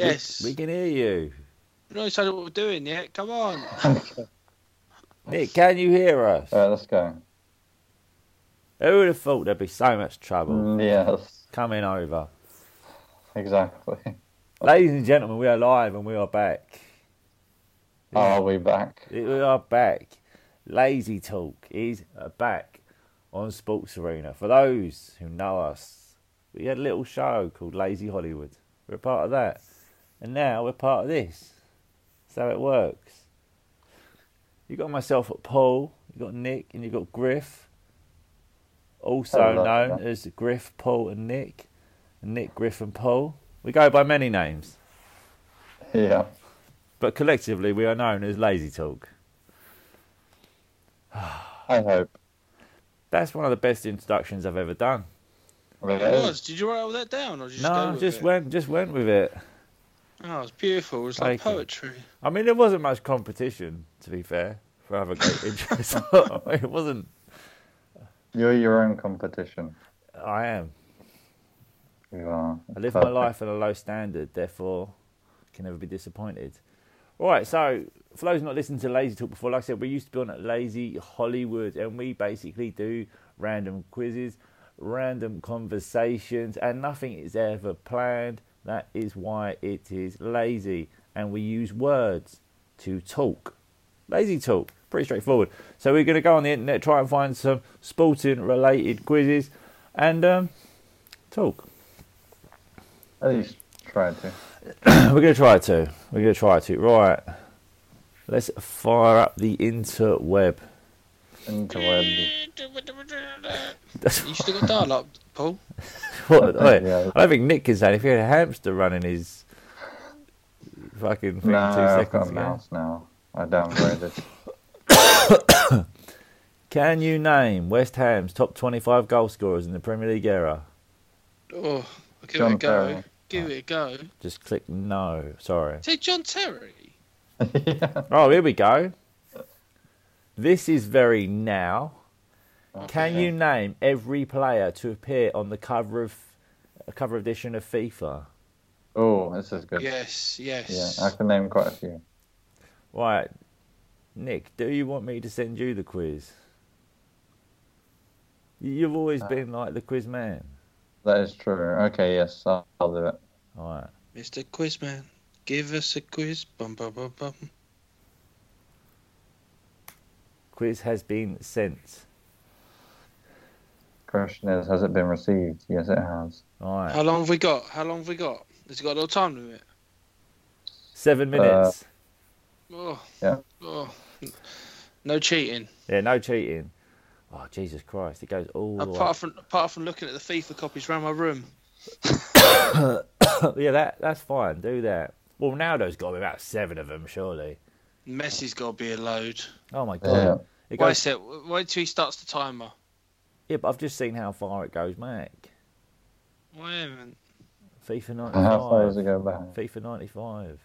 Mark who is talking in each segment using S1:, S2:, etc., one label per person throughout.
S1: Yes.
S2: We can hear you.
S1: No, so what we're doing yet. Come on.
S3: okay.
S2: Nick, can you hear us?
S3: All right, Uh, let's go.
S2: Who would have thought there'd be so much trouble
S3: Mm, Yes,
S2: coming over?
S3: exactly.
S2: Ladies and gentlemen, we are live and we are back.
S3: Are we back?
S2: We are back. Lazy Talk is back on Sports Arena. For those who know us, we had a little show called Lazy Hollywood. We're a part of that. And now we're part of this. That's how it works. You got myself at Paul, you got Nick, and you got Griff. Also
S3: Hello.
S2: known as Griff, Paul, and Nick. And Nick, Griff, and Paul. We go by many names,
S3: Yeah.
S2: but collectively we are known as Lazy Talk.
S3: I hope.
S2: That's one of the best introductions I've ever done.
S3: Really?
S1: It was. Did you write all that down, or did you just go
S2: no,
S1: with
S2: just
S1: it?
S2: went, just went with it.
S1: Oh, it's beautiful. It's like
S2: Thank you.
S1: poetry.
S2: I mean, there wasn't much competition, to be fair, for other great interests. it wasn't.
S3: You're your own competition.
S2: I am.
S3: You are.
S2: I live my
S3: Perfect.
S2: life at a low standard, therefore, can never be disappointed. All right. So, for those not listening to Lazy Talk before, like I said, we used to be on at Lazy Hollywood, and we basically do random quizzes, random conversations, and nothing is ever planned. That is why it is lazy, and we use words to talk. Lazy talk. Pretty straightforward. So we're going to go on the internet, try and find some sporting-related quizzes, and um, talk.
S3: At least try to.
S2: We're gonna try to. We're gonna try to. Right. Let's fire up the interweb.
S3: Interweb.
S2: That's
S1: You still got dial up, Paul?
S2: what. wait,
S3: Yeah.
S2: I don't think Nick can say. If he had a hamster running his fucking thing
S3: No,
S2: two
S3: I've got
S2: seconds
S3: a
S2: ago.
S3: mouse now. I downgraded.
S2: Can you name West Ham's top twenty-five goal scorers in the Premier League era?
S1: Oh, I'll give it
S3: John
S1: a go.
S3: Terry.
S1: Give it a go.
S2: Just click no. Sorry.
S1: Say John Terry.
S3: yeah.
S2: Oh, here we go. This is very now. Can you name every player to appear on the cover of a cover edition of FIFA?
S3: Oh, this is good.
S1: Yes, yes.
S3: Yeah, I can name quite a few.
S2: Right, Nick, do you want me to send you the quiz? You- You've
S3: Uh.
S2: always been like the quiz man.
S3: That is true. Okay, yes, I'll, I'll do it.
S2: All right.
S1: Mr. Quizman, give us a quiz. Bum, bum, bum, bum.
S2: Quiz has been sent.
S3: Question is, has it been received? Yes, it has.
S2: All
S1: How
S2: right.
S1: long have we got? How long have we got? Has it got a little time limit?
S2: Seven
S3: Uh.
S2: minutes.
S1: Oh.
S3: Yeah.
S1: Oh. No cheating.
S2: yeah, no cheating. Oh, Jesus Christ. It goes all the way.
S1: Apart from apart from looking at the FIFA copies around my room.
S2: yeah, that, that's fine. Do that. Well, Ronaldo's got about seven of them, surely.
S1: Messi's got to be a load.
S2: Oh, my God.
S3: Yeah.
S2: It
S1: Wait a
S2: goes,
S1: sec. Wait till he starts the timer.
S2: yeah, but I've just seen how far it goes back.
S1: Wait a minute.
S2: FIFA
S3: How far
S2: 95.
S3: does it go back?
S2: FIFA 95.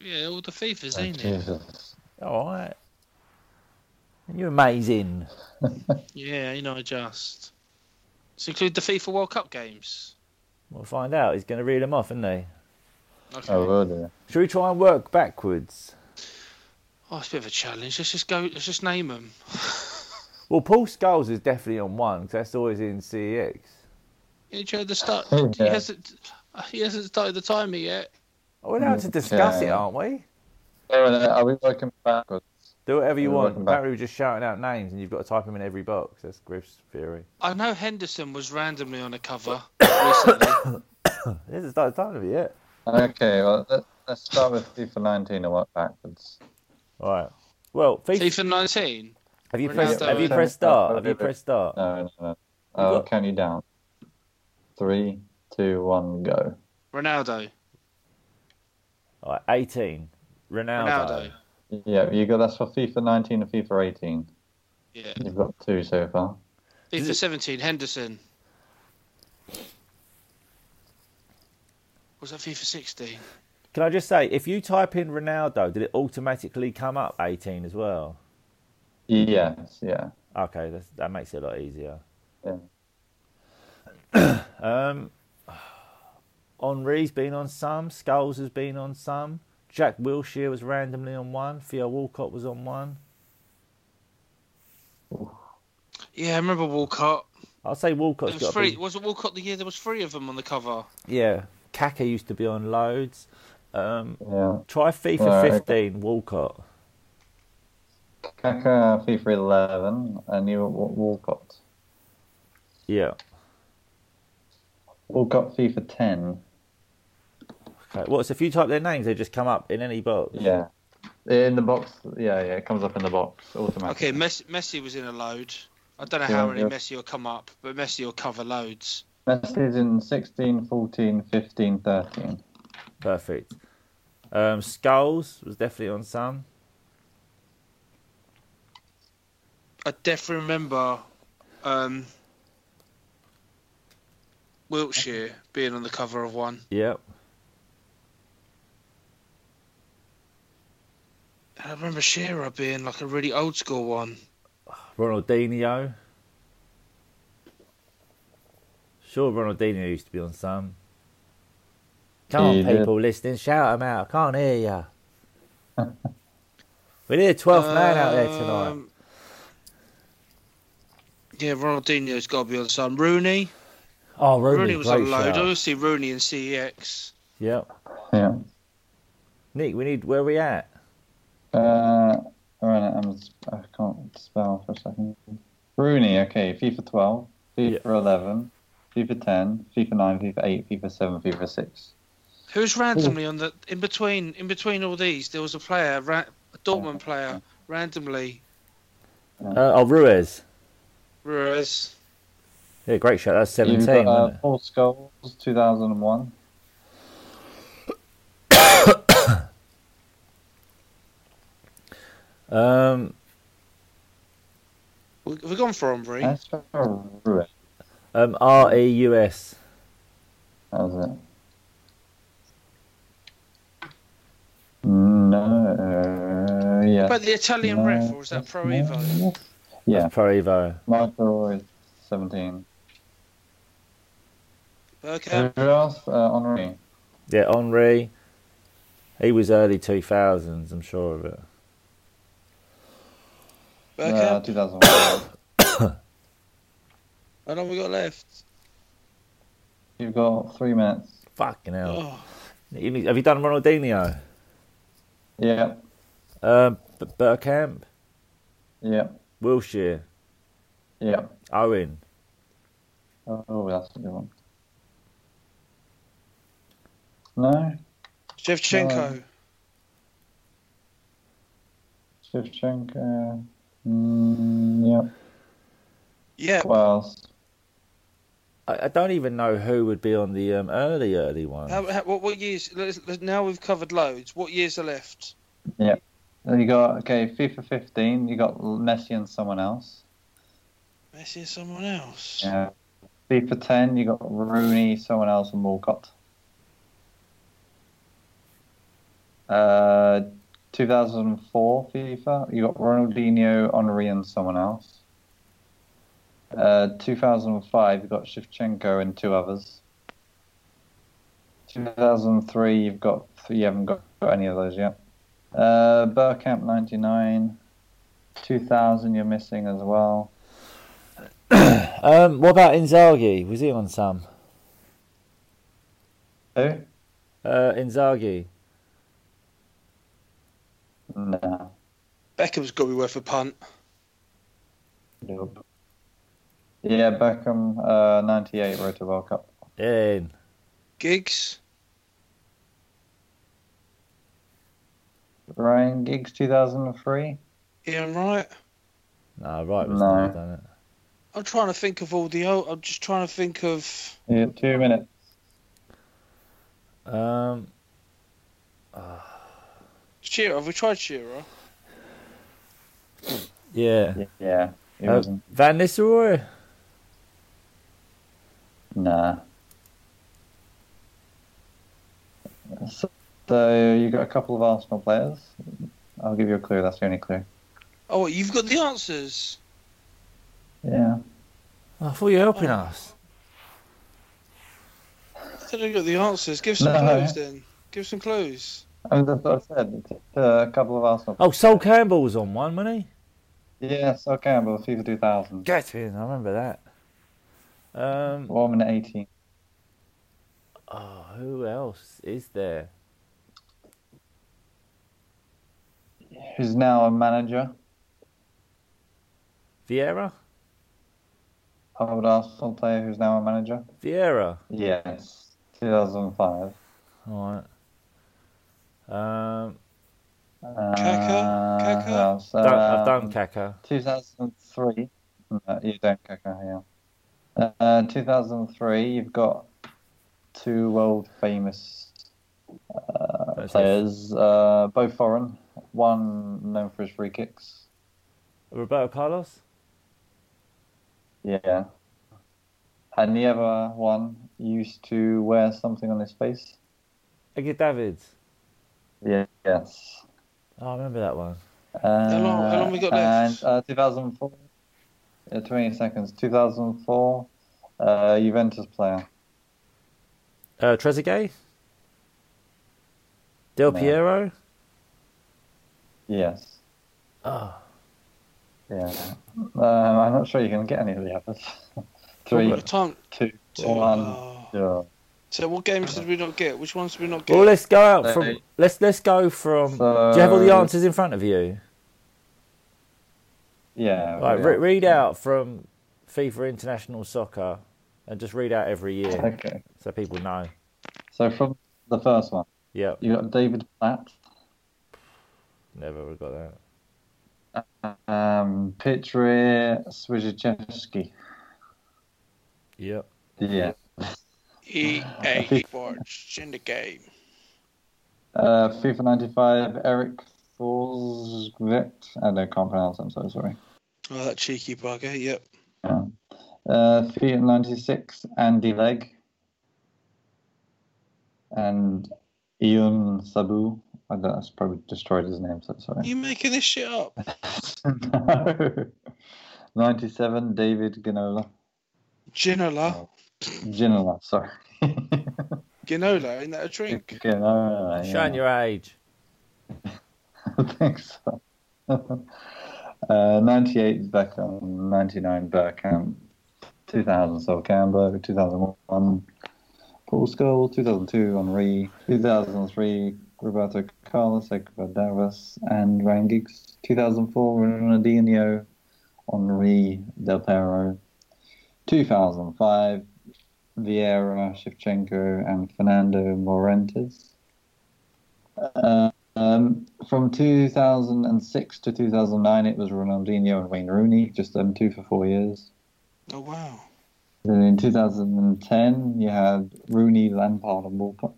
S1: Yeah, all the FIFA's,
S3: Oh,
S1: ain't it?
S3: Jesus.
S2: All right. And you're amazing.
S1: Yeah, you know, just. So include the FIFA World Cup games.
S2: We'll find out. He's going to read them off, isn't he?
S1: Okay.
S3: I
S1: Oh,
S3: will do.
S2: Should we try and work backwards?
S1: oh, it's a bit of a challenge. Let's just go. Let's just name them.
S2: Well, Paul Scholes is definitely on one because that's always in CEX.
S1: Yeah, Joe, the start.
S3: Yeah.
S1: He hasn't. He hasn't started the timer yet.
S2: Oh, We're allowed to discuss it,
S3: Mm, Yeah.
S2: aren't we?
S3: Oh, and, uh, Are we working backwards?
S2: Do whatever you
S3: We're
S2: want.
S3: working back-
S2: Apparently, we're just shouting out names and you've got to type them in every box. That's Griff's theory.
S1: I know Henderson was randomly on a cover recently.
S2: It hasn't started time of it yet.
S3: Okay, well, let, let's start with FIFA 19 and work backwards.
S2: All right. Well, FIFA,
S1: FIFA 19.
S2: have you
S1: Ronaldo
S2: pressed? Have you
S1: and-
S2: pressed start? Have you pressed start?
S3: No, no, no. I'll
S2: got-
S3: count you down. Three, two, one, go.
S1: Ronaldo.
S2: All right, eighteen. Ronaldo.
S1: Ronaldo.
S3: Yeah, you got that's for FIFA 19 and FIFA 18.
S1: Yeah.
S3: You've got two so far.
S2: Is it-
S1: FIFA 17. Henderson. Was that FIFA 16?
S2: Can I just say, if you type in Ronaldo, did it automatically come up eighteen as well?
S3: Yes, yeah.
S2: Okay, that's, that makes it a lot easier.
S3: Yeah.
S2: Um, Henri's been on some. Skulls has been on some. Jack Wilshere was randomly on one. Theo Walcott was on one.
S1: Yeah, I remember Walcott.
S2: I'll say Walcott's
S1: There was
S2: got
S1: three.
S2: to
S1: Was it Walcott the year there was three of them on the cover?
S2: be. Yeah, Kaka used to be on loads. Um,
S3: Yeah.
S2: try FIFA
S3: Right.
S2: 15, Walcott.
S3: Kaka, FIFA 11, and you were Wa- Walcott.
S2: Yeah.
S3: Walcott, FIFA 10.
S2: Okay. Well, so if you type their names, they just come up in any box.
S3: Yeah. In the box. Yeah, yeah, it comes up in the box automatically.
S1: Okay, Messi, Messi was in a load. I don't know
S3: Yeah,
S1: how many
S3: yeah.
S1: Messi will come up, but Messi will cover loads.
S3: Messi's in 16, 14, 15, 13.
S2: Perfect. Um, Skulls was definitely on some.
S1: I definitely remember um, Wiltshire being on the cover of one.
S2: Yep.
S1: And I remember Shearer being like a really old school one.
S2: Ronaldinho. Sure, Ronaldinho used to be on some. Come on,
S3: He did.
S2: people listening, shout them out. I can't hear ya. we need a 12th man out there tonight.
S1: Um, Yeah, Ronaldinho's got to be on some. Rooney.
S2: Oh, Rooney,
S1: Rooney, was
S2: great
S1: on load.
S2: shout.
S1: Obviously, Rooney and E CEX.
S2: Yep.
S3: Yeah.
S2: Nick, we need where we at?
S3: Uh, alright, I'm, I can't spell for a second. Rooney, okay, FIFA 12, FIFA 11, FIFA 10, FIFA 9, FIFA 8, FIFA 7, FIFA 6.
S1: Who's randomly on the in between in between all these? There was a player, ra- a Dortmund player, randomly.
S2: Uh, oh, Ruiz.
S1: Ruiz.
S2: Yeah, great shot. That's 17.
S3: You've got uh,
S2: wasn't it?
S3: Paul Scholes, 2001.
S2: Um,
S1: We- Have we gone for Omri?
S3: That's for Ruiz.
S2: um, R-E-U-S.
S3: That was it. No. Yeah.
S1: But the Italian
S3: No,
S1: ref, or was that Pro
S3: uh, no.
S1: Evo?
S3: Yeah,
S2: That's Pro Evo.
S3: Michael is 17.
S1: Okay.
S3: Who else? Uh, Henri.
S2: Yeah, Henri. He was early 2000s, I'm sure of it.
S3: Uh,
S1: Okay.
S3: 2001.
S1: How long we got left?
S3: You've got three minutes.
S2: Fucking hell.
S1: Oh,
S2: You need- Have you done Ronaldinho?
S3: Yeah,
S2: Um, B- Burkamp?
S3: yeah,
S2: Wilshire?
S3: yeah.
S2: Owen?
S3: Oh, that's a good one. No? Uh,
S1: Shevchenko.
S3: Shevchenko. Mm, yeah.
S1: Yeah.
S3: What else?
S2: I, I don't even know who would be on the um, early, early one.
S1: How, how, what, what years? Let's, let's- now we've covered loads. What years are left?
S3: You got, okay, FIFA 15. You got Messi and someone else.
S1: Messi or someone else?
S3: Yeah. FIFA 10, you got Rooney, someone else, and Walcott. Uh, 2004 FIFA, you got Ronaldinho, Henri, and someone else. Uh, 2005, you got Shevchenko and two others. 2003, you've got you haven't got any of those yet. Uh, Burkamp 99, 2000, you're missing as well.
S2: Um, what about Inzaghi? Was he on some?
S3: Who?
S2: Uh, Inzaghi?
S3: No.
S1: Beckham's got to be worth a punt.
S3: Nope. Yeah, Beckham, uh, 98 Road to World Cup.
S2: In.
S1: Giggs.
S3: Ryan Giggs, 2003?
S1: Ian Wright.
S2: No, right, was
S3: No.
S2: not done it.
S1: I'm trying to think of all the old. I'm just trying to think of.
S3: Yeah, two minutes.
S2: Um,
S1: Shearer. Have we tried Shearer?
S2: yeah.
S3: Yeah, it
S2: Uh,
S3: wasn't.
S2: Van Nistelrooy?
S3: Nah. So, so you got a couple of Arsenal players. I'll give you a clue, that's the only clue.
S1: Oh, what, you've got the answers.
S3: Yeah.
S2: Oh, I thought you were helping us.
S1: They don't got the answers. Give some
S3: No.
S1: clues then. Give some clues.
S3: I mean, that's what I said. It's, uh, a couple of Arsenal.
S2: Oh, Sol Campbell was on one, wasn't he?
S3: Yeah, Sol Campbell, FIFA 2000.
S2: Get in, I remember that. Um,
S3: One minute 18.
S2: oh, who else is there?
S3: Who's now a manager
S2: Vieira?
S3: Old Arsenal player who's now a manager?
S2: Vieira.
S3: Yes. 2005.
S2: All right. Um,
S3: Uh,
S1: Kaká? Kaká?
S3: who else?
S2: done, I've
S3: Um,
S2: done Kaka.
S3: 2003. No, you don't, Kaká, yeah. Uh, 2003, you've got two world famous uh,
S2: That's
S3: players, uh, both foreign. One known for his free kicks.
S2: Roberto Carlos?
S3: Yeah. And the other one used to wear something on his face.
S2: Edgar Davids.
S3: Yeah. Yes.
S2: Oh, I remember that one.
S3: Uh,
S1: How long- how long we got left?
S3: And uh, 2004. Yeah, 20 seconds. 2004, uh, Juventus player.
S2: Uh, Trezeguet? Del
S3: No.
S2: Piero?
S3: Yes.
S2: Oh,
S3: Yeah. Um, I'm not sure you can get any of the others. Three,
S1: What time?
S3: two,
S1: Two.
S3: one.
S1: Oh.
S3: Yeah.
S1: So what games did we not get? Which ones did we not get?
S2: Well, let's go out
S3: Uh,
S2: from. Let's let's go from.
S3: so-
S2: do you have all the answers in front of you?
S3: Yeah.
S2: Right,
S3: we
S2: re-
S3: are.
S2: read out from FIFA International Soccer, and just read out every year
S3: Okay.
S2: so people know.
S3: So from the first one,
S2: Yep,
S3: you got David Platt,
S2: never would have got that.
S3: um, Petr Swijajewski.
S2: Yep.
S3: Yeah.
S1: EA Sports E in the game.
S3: Uh, FIFA 95, Eric Forsvik. I don't, can't pronounce it, I'm so sorry.
S1: Oh, that cheeky bugger. Yep.
S3: Yeah. Uh, FIFA 96, Andy Legg. And Ian Sabu. I don't, that's probably destroyed his name, so
S1: Are
S3: sorry.
S1: you making this shit up?
S3: no. 97, David Ginola.
S1: Ginola.
S3: Ginola, sorry.
S1: Ginola, ain't that a drink?
S3: Ginola, yeah.
S2: Showing your age.
S3: I think so. uh, 98 Beckham, 99 Burkamp, 2000 Sol Campbell, 2001 Paul Scholes, 2002 Henri, 2003 Roberto Carlos, Edgar Davis, and Ryan Giggs, 2004 Ronaldinho, Henri, Del Perro, 2005 Vieira, Shevchenko, and Fernando Morentes. Uh, um, from 2006 to 2009, it was Ronaldinho and Wayne Rooney, just them two for four years.
S1: Oh wow.
S3: Then in 2010, you had Rooney, Lampard, and Walcott.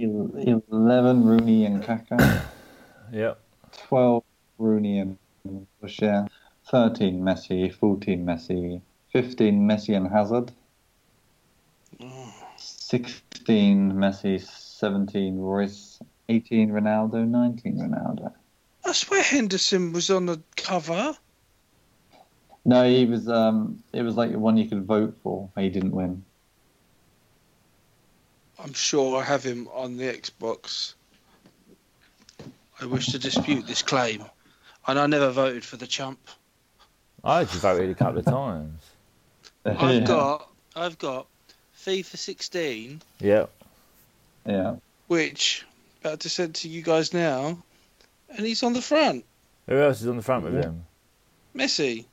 S3: El- 11, Rooney and Kaká.
S2: Yep.
S3: 12, Rooney and Boucher. 13, Messi. 14, Messi. 15, Messi and Hazard.
S1: Oh.
S3: 16, Messi. 17, Royce. 18, Ronaldo. 19, Ronaldo.
S1: I swear Henderson was on the cover.
S3: No, he was. Um, it was like one you could vote for. but He didn't win.
S1: I'm sure I have him on the Xbox. I wish to dispute this claim. And I never voted for the chump.
S2: I actually voted a couple of times.
S1: I've got I've got FIFA 16,
S2: Yep.
S3: Yeah.
S1: which about to send to you guys now, and he's on the front.
S2: Who else is on the front with him?
S1: Messi.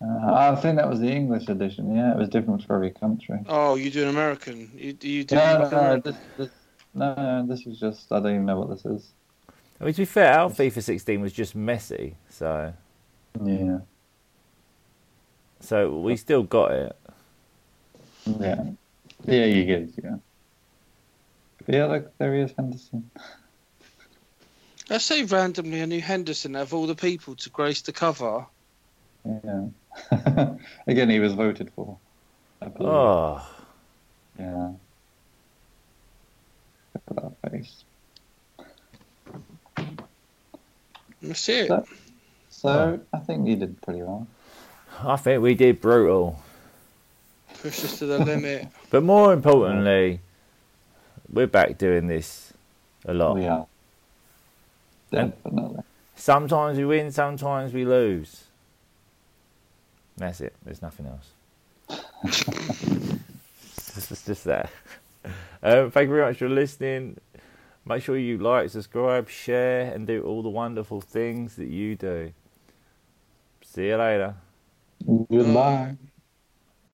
S3: Uh, I think that was the English edition. Yeah, it was different for every country.
S1: Oh, you do an American. You you do.
S3: No, no,
S1: American-
S3: no. This, this, no, no, this is just. I don't even know what this is.
S2: I mean, to be fair, our FIFA 16 was just messy, so
S3: Yeah.
S2: so we still got it.
S3: Yeah. Yeah, you get it. Yeah. But yeah, look, there he is, Henderson.
S1: I say randomly I knew Henderson out of all the people to grace the cover.
S3: Yeah. Again, he was voted for. I believe.
S2: Oh,
S3: Yeah. Look at that face.
S1: That's it.
S3: So- So I think he did pretty well.
S2: I think we did brutal.
S1: Push us to the limit.
S2: But more importantly, we're back doing this a lot.
S3: We are.
S2: Oh. And-
S3: Definitely.
S2: Sometimes we win, sometimes we lose. That's it. There's nothing else. it's just, just that. Um, thank you very much for listening. Make sure you like, subscribe, share, and do all the wonderful things that you do. See you later.
S3: Goodbye.
S1: Bye.